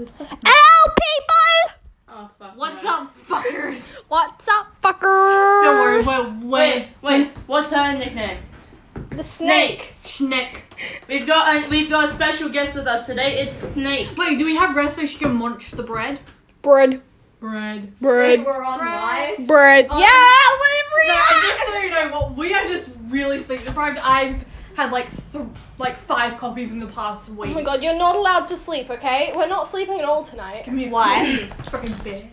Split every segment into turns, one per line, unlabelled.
Hello, people!
Oh fuck.
What's
no.
up, fuckers?
What's up, fuckers?
Don't worry. Wait,
Wait,
wait,
wait. What's her nickname?
The
Snake.
Schnick.
We've got a, we've got a special guest with us today. It's Snake.
Wait, do we have bread so she can munch the bread?
Bread.
Bread.
Bread. Oh
We're on live.
Bread.
Um,
yeah,
just so you know, well, we are just really sleep deprived. I've had like th- like five coffees in the past
Oh
week.
my god, you're not allowed to sleep, okay? We're not sleeping at all tonight. Oh
Give me a-
Why?
Fucking bear.
Okay,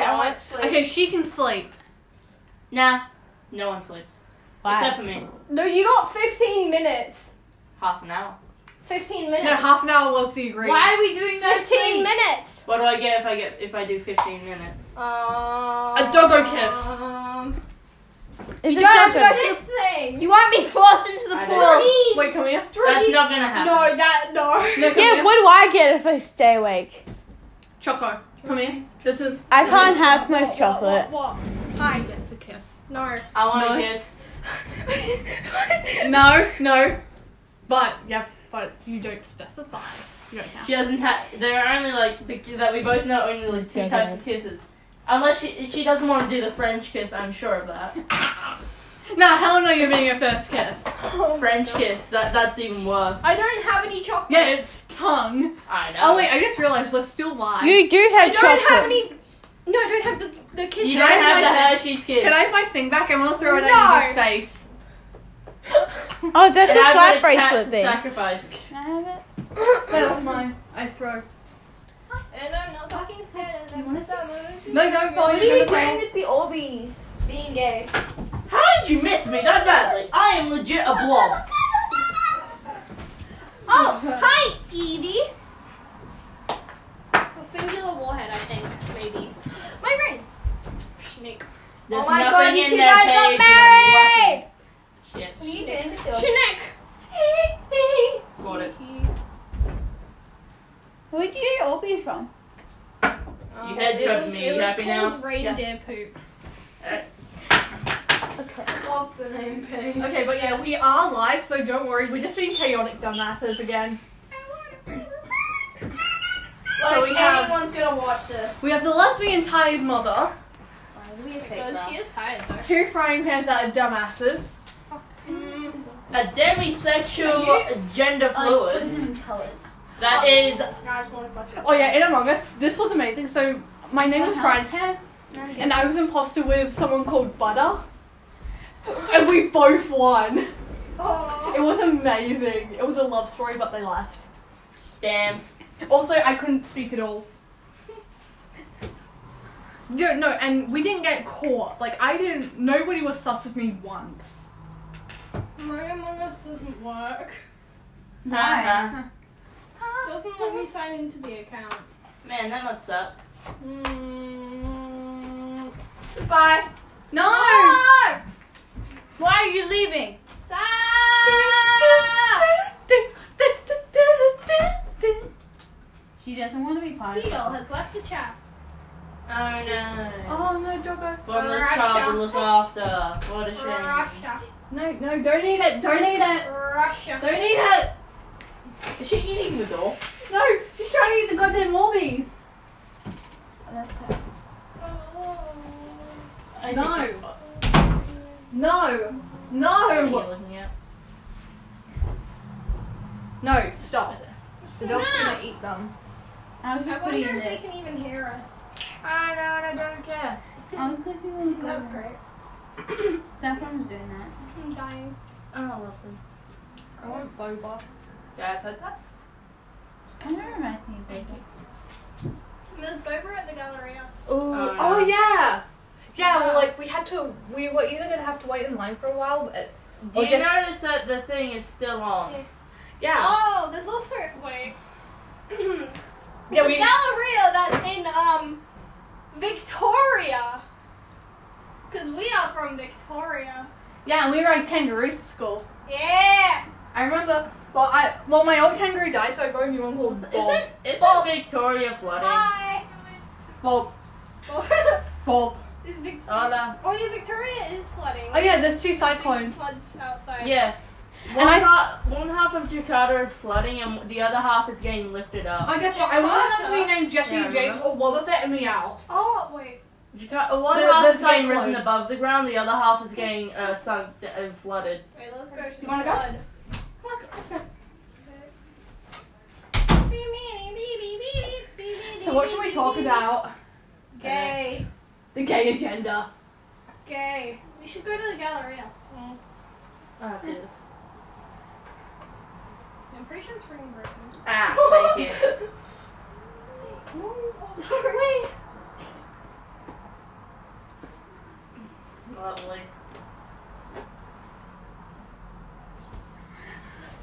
Why
I
not?
won't.
Okay, she can sleep.
Nah, no one sleeps except for me.
No, you got 15 minutes.
Half an hour.
15 minutes.
No, half an hour was the agreement.
Why are we doing that?
15 minutes.
What do I get if I get if I do 15 minutes?
Um,
A doggo kiss.
Um,
It's
you
a
don't have to
doggo.
go to this thing.
You won't be forced into the
I
pool.
Please.
Wait, come here.
That's not gonna happen.
No, that no. No, come
Yeah,
here.
what do I get if I stay awake?
Choco, come here. This is.
I
this
can't
is-
have
What,
most chocolate.
What? what, what?
I get the kiss.
No.
I want
No.
to kiss.
No, no. But yeah, but you don't specify. You don't have.
She doesn't have. There are only like the, that we both know only like two
Okay.
types of kisses. Unless she she doesn't want to do the French kiss. I'm sure of that.
Nah, hell no, you're being a first kiss.
Oh,
French kiss. That that's even worse.
I don't have any chocolate.
Yeah, it's tongue.
I know.
Oh wait, I just realized we're still live.
You do
I
have
don't
chocolate.
have any. No, I don't have the the kiss.
You
Can
don't
I
have the
have
Hershey's kiss.
Can I have my thing back? I want to throw it
No.
at his face.
Oh, that's
And
a
I've got
slap
a cat
bracelet
to
thing.
Sacrifice.
Can I have it?
That was mine. I throw.
And I'm not fucking scared of them. What's that movie?
No, don't fall. You're gonna
with the Orbeez?
Being gay.
How did you miss me that badly? I am legit a blob.
Oh, hi, Edie. It's a singular warhead, I think, maybe. My ring. Schnick.
There's
my God,
nothing
you
in
two
that
guys got
page that I'm looking. Shit.
You did. Schnick.
Got it.
Where'd you get your Orbeez from?
Um,
had
it
trust
was-
me,
It
you
was
happy now?
called Reindeer poop.
Eh.
Love the name page.
Okay, but yeah, we are live, so don't worry. We're just being chaotic dumbasses again. So we have
gonna watch this.
we have the lesbian tired mother,
Because she is tired though.
two frying pans out of dumbasses.
A demisexual gender fluid. That is
Oh yeah, in Among Us, this was amazing. So my name
Uh-huh.
was Frying Pan, and I was imposter with someone called Butter, and we both won. It was amazing. It was a love story, but they left.
damn.
Also, I couldn't speak at all. No, no, and we didn't get caught. Like I didn't. Nobody was sus with me once.
My Among Us doesn't work.
Uh-huh.
Doesn't let me sign into the account.
Man, that must suck.
Mm,
Goodbye.
No.
Why are you leaving? She doesn't want to be part
Seagull has left the chat.
Oh no.
Oh no, doggo.
One less child to look after. What a shame.
Russia.
No, no, don't eat it. Don't eat it.
Russia.
Don't eat it.
Is she eating the door?
No, she's trying to eat the goddamn Orbeez.
I
No.
think it's- what
Oh.
No,
are you
no,
looking at?
no. Stop. The dog's gonna eat them.
I was
I
just
wonder
putting in
if they
this.
can even hear us.
Oh no, I don't care.
I was gonna be like,
That's great.
Saffron's doing that.
I'm dying.
Oh, lovely.
I want boba.
Yeah, I've had that.
Kind of reminds me of
Thank you.
There's Boba at the Galleria.
Ooh.
Oh,
Oh
no.
yeah. Yeah. Well, like we had to. We were either gonna have to wait in line for a while. But,
Do
or
you
Oh, just-
notice that the thing is still on?
yeah.
Oh, there's also wait.
Yeah,
the
we-
Galleria that's in um Victoria. Cause we are from Victoria.
Yeah, and we were at kangaroo school.
Yeah.
I remember. Well, I well my old kangaroo died, so I got a new one called
Is
Bob.
it is
Bob.
Oh.
it Victoria
Ah.
flooding?
Hi.
Bob.
is
Bob.
Victoria.
Hola.
Oh yeah, Victoria is flooding.
Oh yeah, there's two
Big
cyclones.
Floods outside.
Yeah. One,
And I-
half, one half of Jakarta is flooding, and the other half is getting lifted up.
I guess what, I want them to be
Jakarta.
named Jesse
Yeah, I
and James or Wobbuffet and Meowth.
Oh wait.
Jakarta, uh, one
The-
half
the
is getting
cyclone.
risen above the ground, the other half is getting uh, sunk d- and flooded.
Wait, let's go to
You wanna go?
blood.
So what should we talk about?
Gay.
The gay agenda.
Gay. We should go to the Galleria. Mm,
I have this.
I'm pretty sure it's freaking broken.
Ah, thank you.
Wait.
Lovely.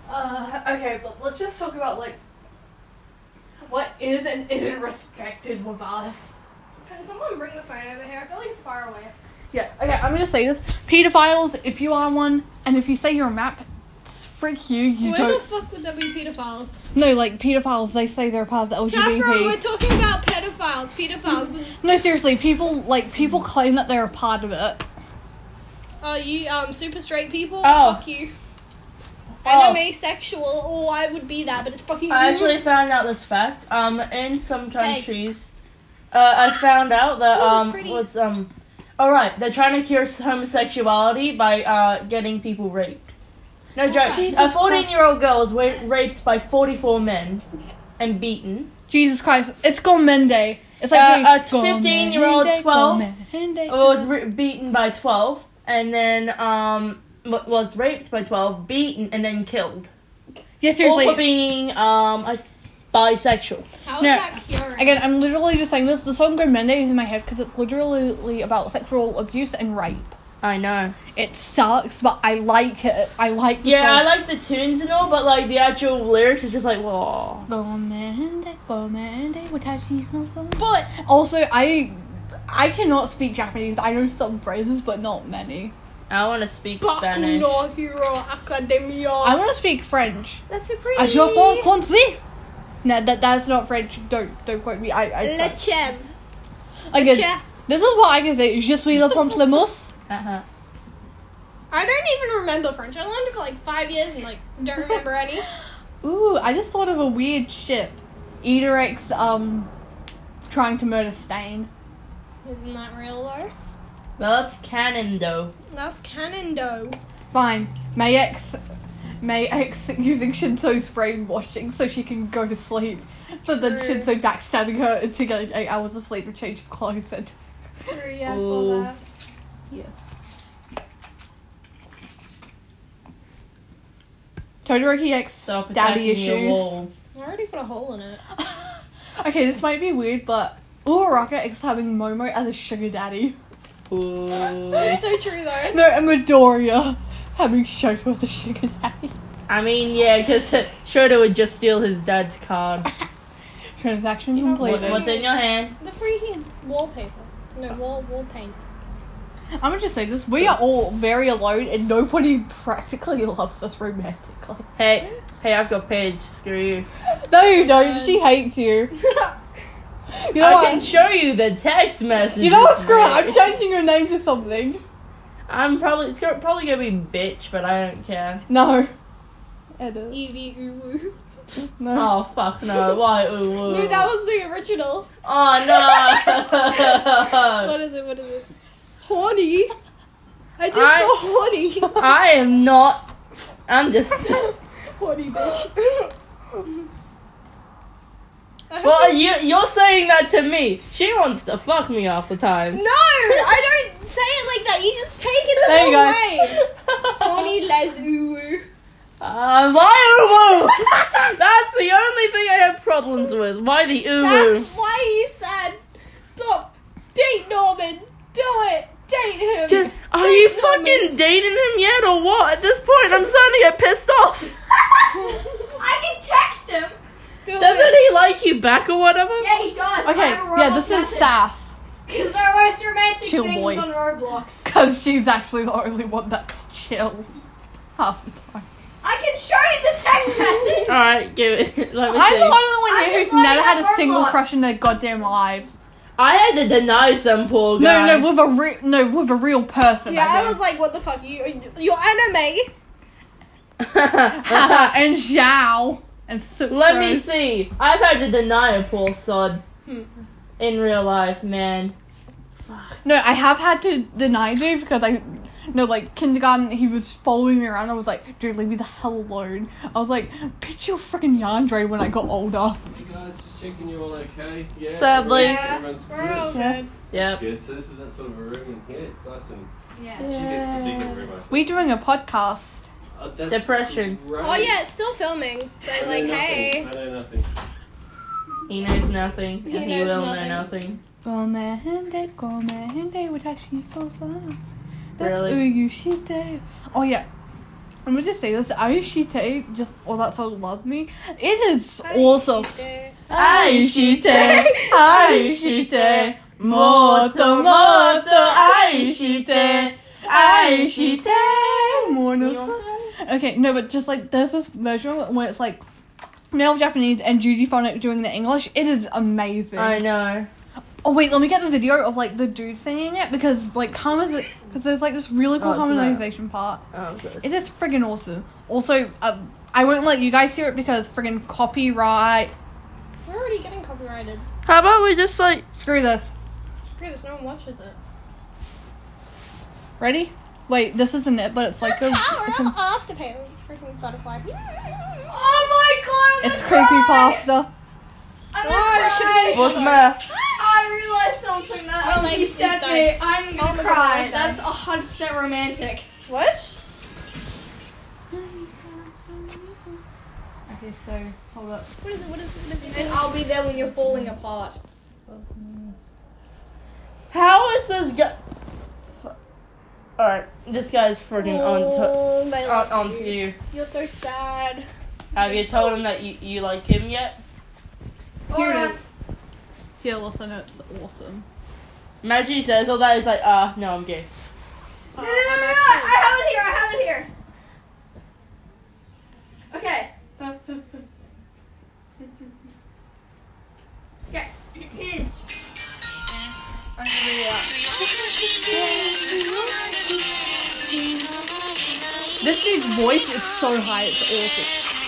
Uh, okay, but let's just talk about like what is and isn't respected with us.
Can someone bring the phone over here? I feel like it's far away.
Yeah. Okay, I'm gonna say this: pedophiles. If you are one, and if you say you're a map, freak you. You
Where the fuck would there be pedophiles?
No, like pedophiles. They say they're part of the
Saffron, we're talking about pedophiles. Pedophiles.
No, seriously, people like people claim that they're a part of it.
Oh, you um super straight people.
Oh.
Fuck you.
Oh.
And I'm asexual. Oh, I would be that, but it's fucking.
I
rude.
actually found out this fact. Um, in some countries, uh, I found out that
Ooh, it's
um,
pretty.
what's um, all right, they're trying to cure homosexuality by uh getting people raped.
Oh,
No joke.
Jesus
a fourteen-year-old girl is wa- raped by forty-four men and beaten.
Jesus Christ, it's Gomende. It's
Uh,
like
a 15-year-old, 12. Was
Oh, twelve.
re- beaten by twelve and then um w- was raped by twelve, beaten and then killed.
Yeah,
All for
seriously.
being um a- bisexual.
How is
No.
that curing?
Again, I'm literally just saying this. The song Gomende is in my head because it's literally about sexual abuse and rape.
I know.
It sucks, but I like it. I like. The
Yeah, I
song.
like the tunes and all, but like the actual lyrics is just like, whoa.
Gomende, Gomende, watashi no Gomende.
But
Also, I I cannot speak Japanese. I know some phrases, but not many.
I want to speak
Baku
Spanish.
no Hero Academia.
I want to speak French.
That's so pretty.
I je parle français. No, that that's not French. Don't don't quote me. I I.
Le Chev.
Again,
Che-
this is what I can say. Je suis le pamplemousse.
Uh-huh.
I don't even remember French. I learned it for like five years and like don't remember any.
Ooh, I just thought of a weird ship. Edorex um trying to murder Stain.
Isn't that real though?
Well, that's canon though.
That's canon though.
Fine. May X May X using Shinso's brainwashing so she can go to sleep. But then
True.
Shinso backstabbing her into getting eight hours of sleep and change of clothes and
True, yeah, I
Ooh.
saw that.
Yes.
Todoroki X
Stop
daddy
attacking your
issues.
wall.
I already put a hole in it.
okay, this might be weird, but Uraraka X having Momo as a sugar daddy.
Ooh.
That's so true though.
No, and Midoriya having Shoto as a sugar daddy.
I mean, yeah, because Schroeder would just steal his dad's card.
Transaction
You know
What,
completed.
what's in your hand?
The freaking wallpaper. No, wall wall paint.
I'm gonna just say this: we are all very alone, and nobody practically loves us romantically.
Hey, hey, I've got Paige. Screw you.
No, you don't. She hates you. You know
I
what?
can show you the text message.
you know what? Screw it. I'm changing your name to something.
I'm probably it's go- probably gonna be bitch, but I don't care.
No. Edit.
Evie Uwu.
No.
Oh fuck no! Why? Ooh, ooh.
No, that was the original.
Oh no!
What is it? What is it? Horny. I just
I-
saw horny.
I am not. I'm just.
horny bitch. I hope
Well,
you-
you you're saying that to me. She wants to fuck me half the time.
No, I don't say it like that. You just take it
There you go.
away. Horny les uwu.
Uh, why uwu? That's the only thing I have problems with. Why the uwu?
That's why he said, stop. Date Norman. Do it. Date him.
Ju- Are you
Date
fucking dating him yet or what? At this point, I'm starting to get pissed off.
I can text him. Do
Doesn't he like you back or whatever?
Yeah, he does.
Okay. Yeah, this is staff
Because they're worst romantic
Chill
things
boy.
on Roblox.
because she's actually the only one that's chill half the time.
I can show you the text message.
All right, give it. Let me
I'm the
see.
only one
I'm
here
just
who's never
learning
had
about
a single
Roblox.
crush in their goddamn lives.
I had to deny some poor
No,
guy.
no, with a re- no, with a real person.
yeah,
I
I was like, what the fuck? You, you're anime.
Let
and Zhao. And so
me see. I've had to deny a pool sod
Hmm.
in real life, man.
No, I have had to deny Dave because I. No, like kindergarten, he was following me around. I was like, dude, leave me the hell alone. I was like, bitch, you're freaking Yandere when I got older.
Hey guys, just checking you're all okay. Yeah.
Sadly.
Yeah,
Everyone's
We're
good.
all good.
Yep.
Good. So this is that sort of a room in here. It's nice and
Yeah.
she gets to be in the room. I think.
We're doing a podcast.
Oh, that's
Depression.
great.
Oh yeah, it's still filming. So
I know
like,
nothing.
hey.
I know nothing.
He knows nothing,
He
and he
knows
will know
nothing.
nothing.
Gomehende, gomehende, watashi to san. That
Really?
Uyushite. Oh, yeah. I'm gonna just say this. Ayushite, just all that song, Love Me. It is awesome. Ayushite, Ayushite, Moto, Moto, Ayushite, Ayushite, Mono. Okay, no, but just like there's this version where it's like male Japanese and Judy Phonic doing the English. It is amazing.
I know.
Oh wait, let me get the video of like the dude singing it because like commas because there's like this really cool
Oh, it's about-
harmonization part.
Oh,
It is friggin' awesome. Also, um, I won't let you guys hear it because friggin' copyright.
We're already getting copyrighted.
How about we just like?
Screw this.
Screw this, no one watches it.
Ready? Wait, this isn't it, but it's like
the
a,
power
it's,
of
a,
afterpay. Freaking butterfly.
Oh my god!
it's creepy pasta.
I'm
Oh,
What's the matter?
I realized something that
Oh,
she
Alexis
sent
died.
me. I'm
my
gonna cry.
God.
That's hundred percent romantic.
What?
Okay, so hold up.
What is it? What is it? What is
And I'll be there when you're falling apart.
How is this guy? All right, this guy's freaking on
Oh, my
to
love
on onto
you.
you.
You're so sad.
Have you told him that you you like him yet?
Here it is. Yeah, listen, it's awesome.
Imagine he says all that. He's like, ah, no, I'm gay.
No, no, no, no, I have it here. I have it here. Okay. Okay. I'm gonna read it out.
This dude's voice is so high, it's awesome.
Do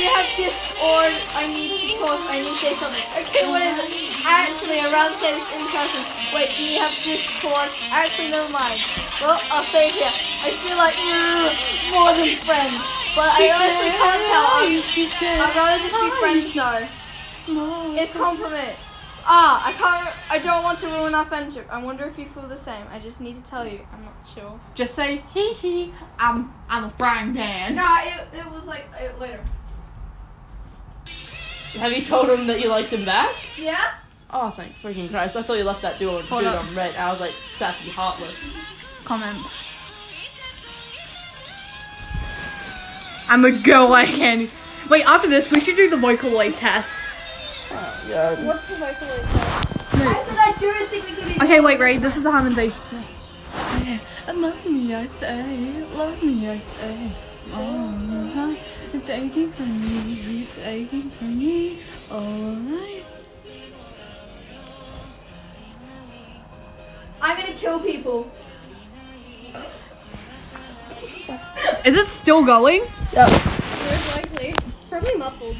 you have this or I need to talk? I need to say something. Okay, what is it? Actually, I'd rather say this in person. Wait, do you have Discord? Actually, never mind. Well, I'll say it here. I feel like you're more than friends, but I honestly can't tell. I'm- I'd rather just be friends though. It's compliment. Ah, I can't. I don't want to ruin our friendship. I wonder if you feel the same. I just need to tell you. I'm not sure.
Just say hee hee. I'm I'm a frying pan.
No, it, it was like it, later.
Have you told him that you liked him back?
Yeah.
Oh, thank freaking Christ! I thought you left that dude on,
Hold
dude
up.
on red. I was like, Sassy heartless.
comments. I'm a girl I can. Wait, after this, we should do the vocaloid test.
Oh, yeah.
What's the vocal voice?
I said I do think we could be.
Okay, wait, Ray, this is a harmonization. I Love me, I say. Love me, I say. Oh, it's aching for me. It's aching for me. Alright.
I'm gonna kill people.
Is it still going?
Most likely. It's probably muffled.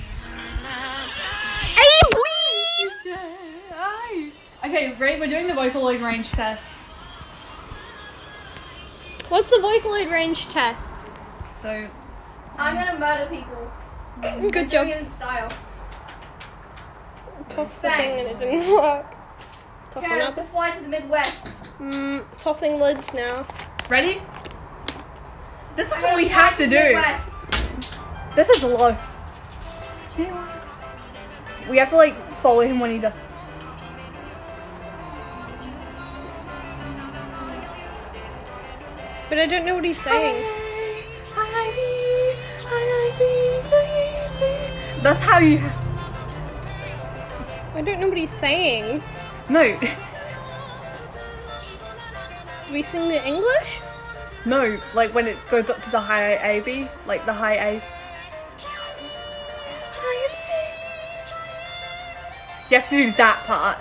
Okay, Ray, we're doing the vocaloid range test.
What's the vocaloid range test?
So,
I'm gonna murder people.
Good
Doing
job.
it in style.
Toss the thing and
Thanks.
it didn't work. Toss
Okay, let's
another.
fly to the Midwest.
Mm, tossing lids now.
ready? This is
I'm
what
gonna
we
fly
have to
the
do.
Midwest.
This is low. We have to like follow him when he does.
But I don't know what he's saying.
That's how you.
I don't know what he's saying.
No,
Do we sing the English?
no. Like when it goes up to the high A B, like the high A. You have to do that part.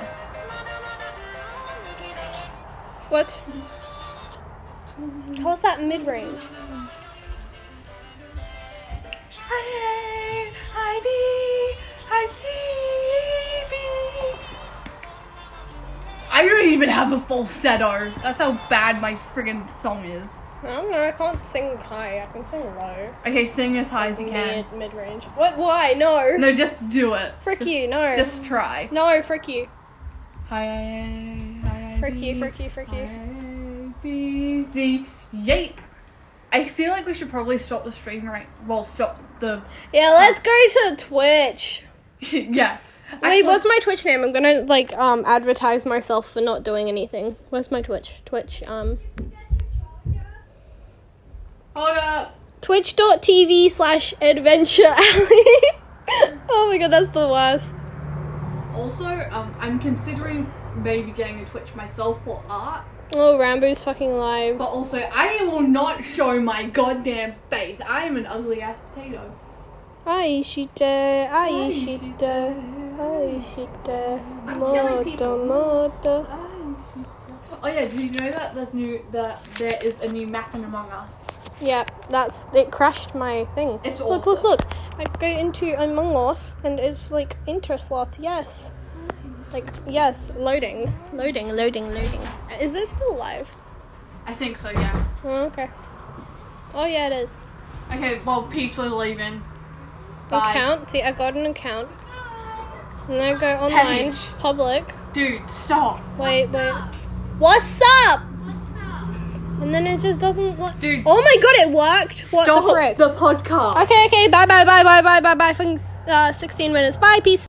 What? How's that mid range? I A, I B, I C, B.
I don't even have a falsetto. That's how bad my friggin' song is.
I don't know. I can't sing high. I can sing low.
Okay, sing as high as you can.
Mid mid range. What? Why? No.
No, just do it.
Frick you. No.
Just try.
no. Frick you.
Hi, hi, hi,
Frick you.
hi,
Frick you. Frick you.
hi, B, Z, yeet. I feel like we should probably stop the stream right. Well, stop the.
Yeah. Let's go to Twitch.
yeah.
Wait. What's my Twitch name? I'm gonna like um advertise myself for not doing anything. Where's my Twitch? Twitch. Um.
Hold up.
Twitch.tv slash Adventure Alley. oh my god, that's the worst.
Also, um, I'm considering maybe getting a Twitch myself for art,
Oh, Rambo's fucking live.
but also I will not show my goddamn face. I am an ugly ass potato.
Aishita, Aishita, Aishita,
I'm killing people.
Moto, Moto.
Oh yeah, did you know that there's new that there is a new map in Among Us?
Yeah, that's it. Crashed my thing.
It's
look, look,
awesome.
look! I go into Among Us and it's like inter slot. Yes, like yes, loading, loading, loading, loading. Is it still live?
I think so, yeah.
Oh, okay. Oh yeah, it is.
Okay, well peace we're leaving.
Account. See, I've got an account. Now go online,
Page.
public.
Dude, stop.
Wait, wait. What's up? And then it just doesn't. Look-
Dude,
oh my god, it worked! Oh, What
stop
the frick?
podcast.
Okay, okay, bye, bye, bye, bye, bye, bye, bye, fucking, uh, 16 minutes. Bye, peace.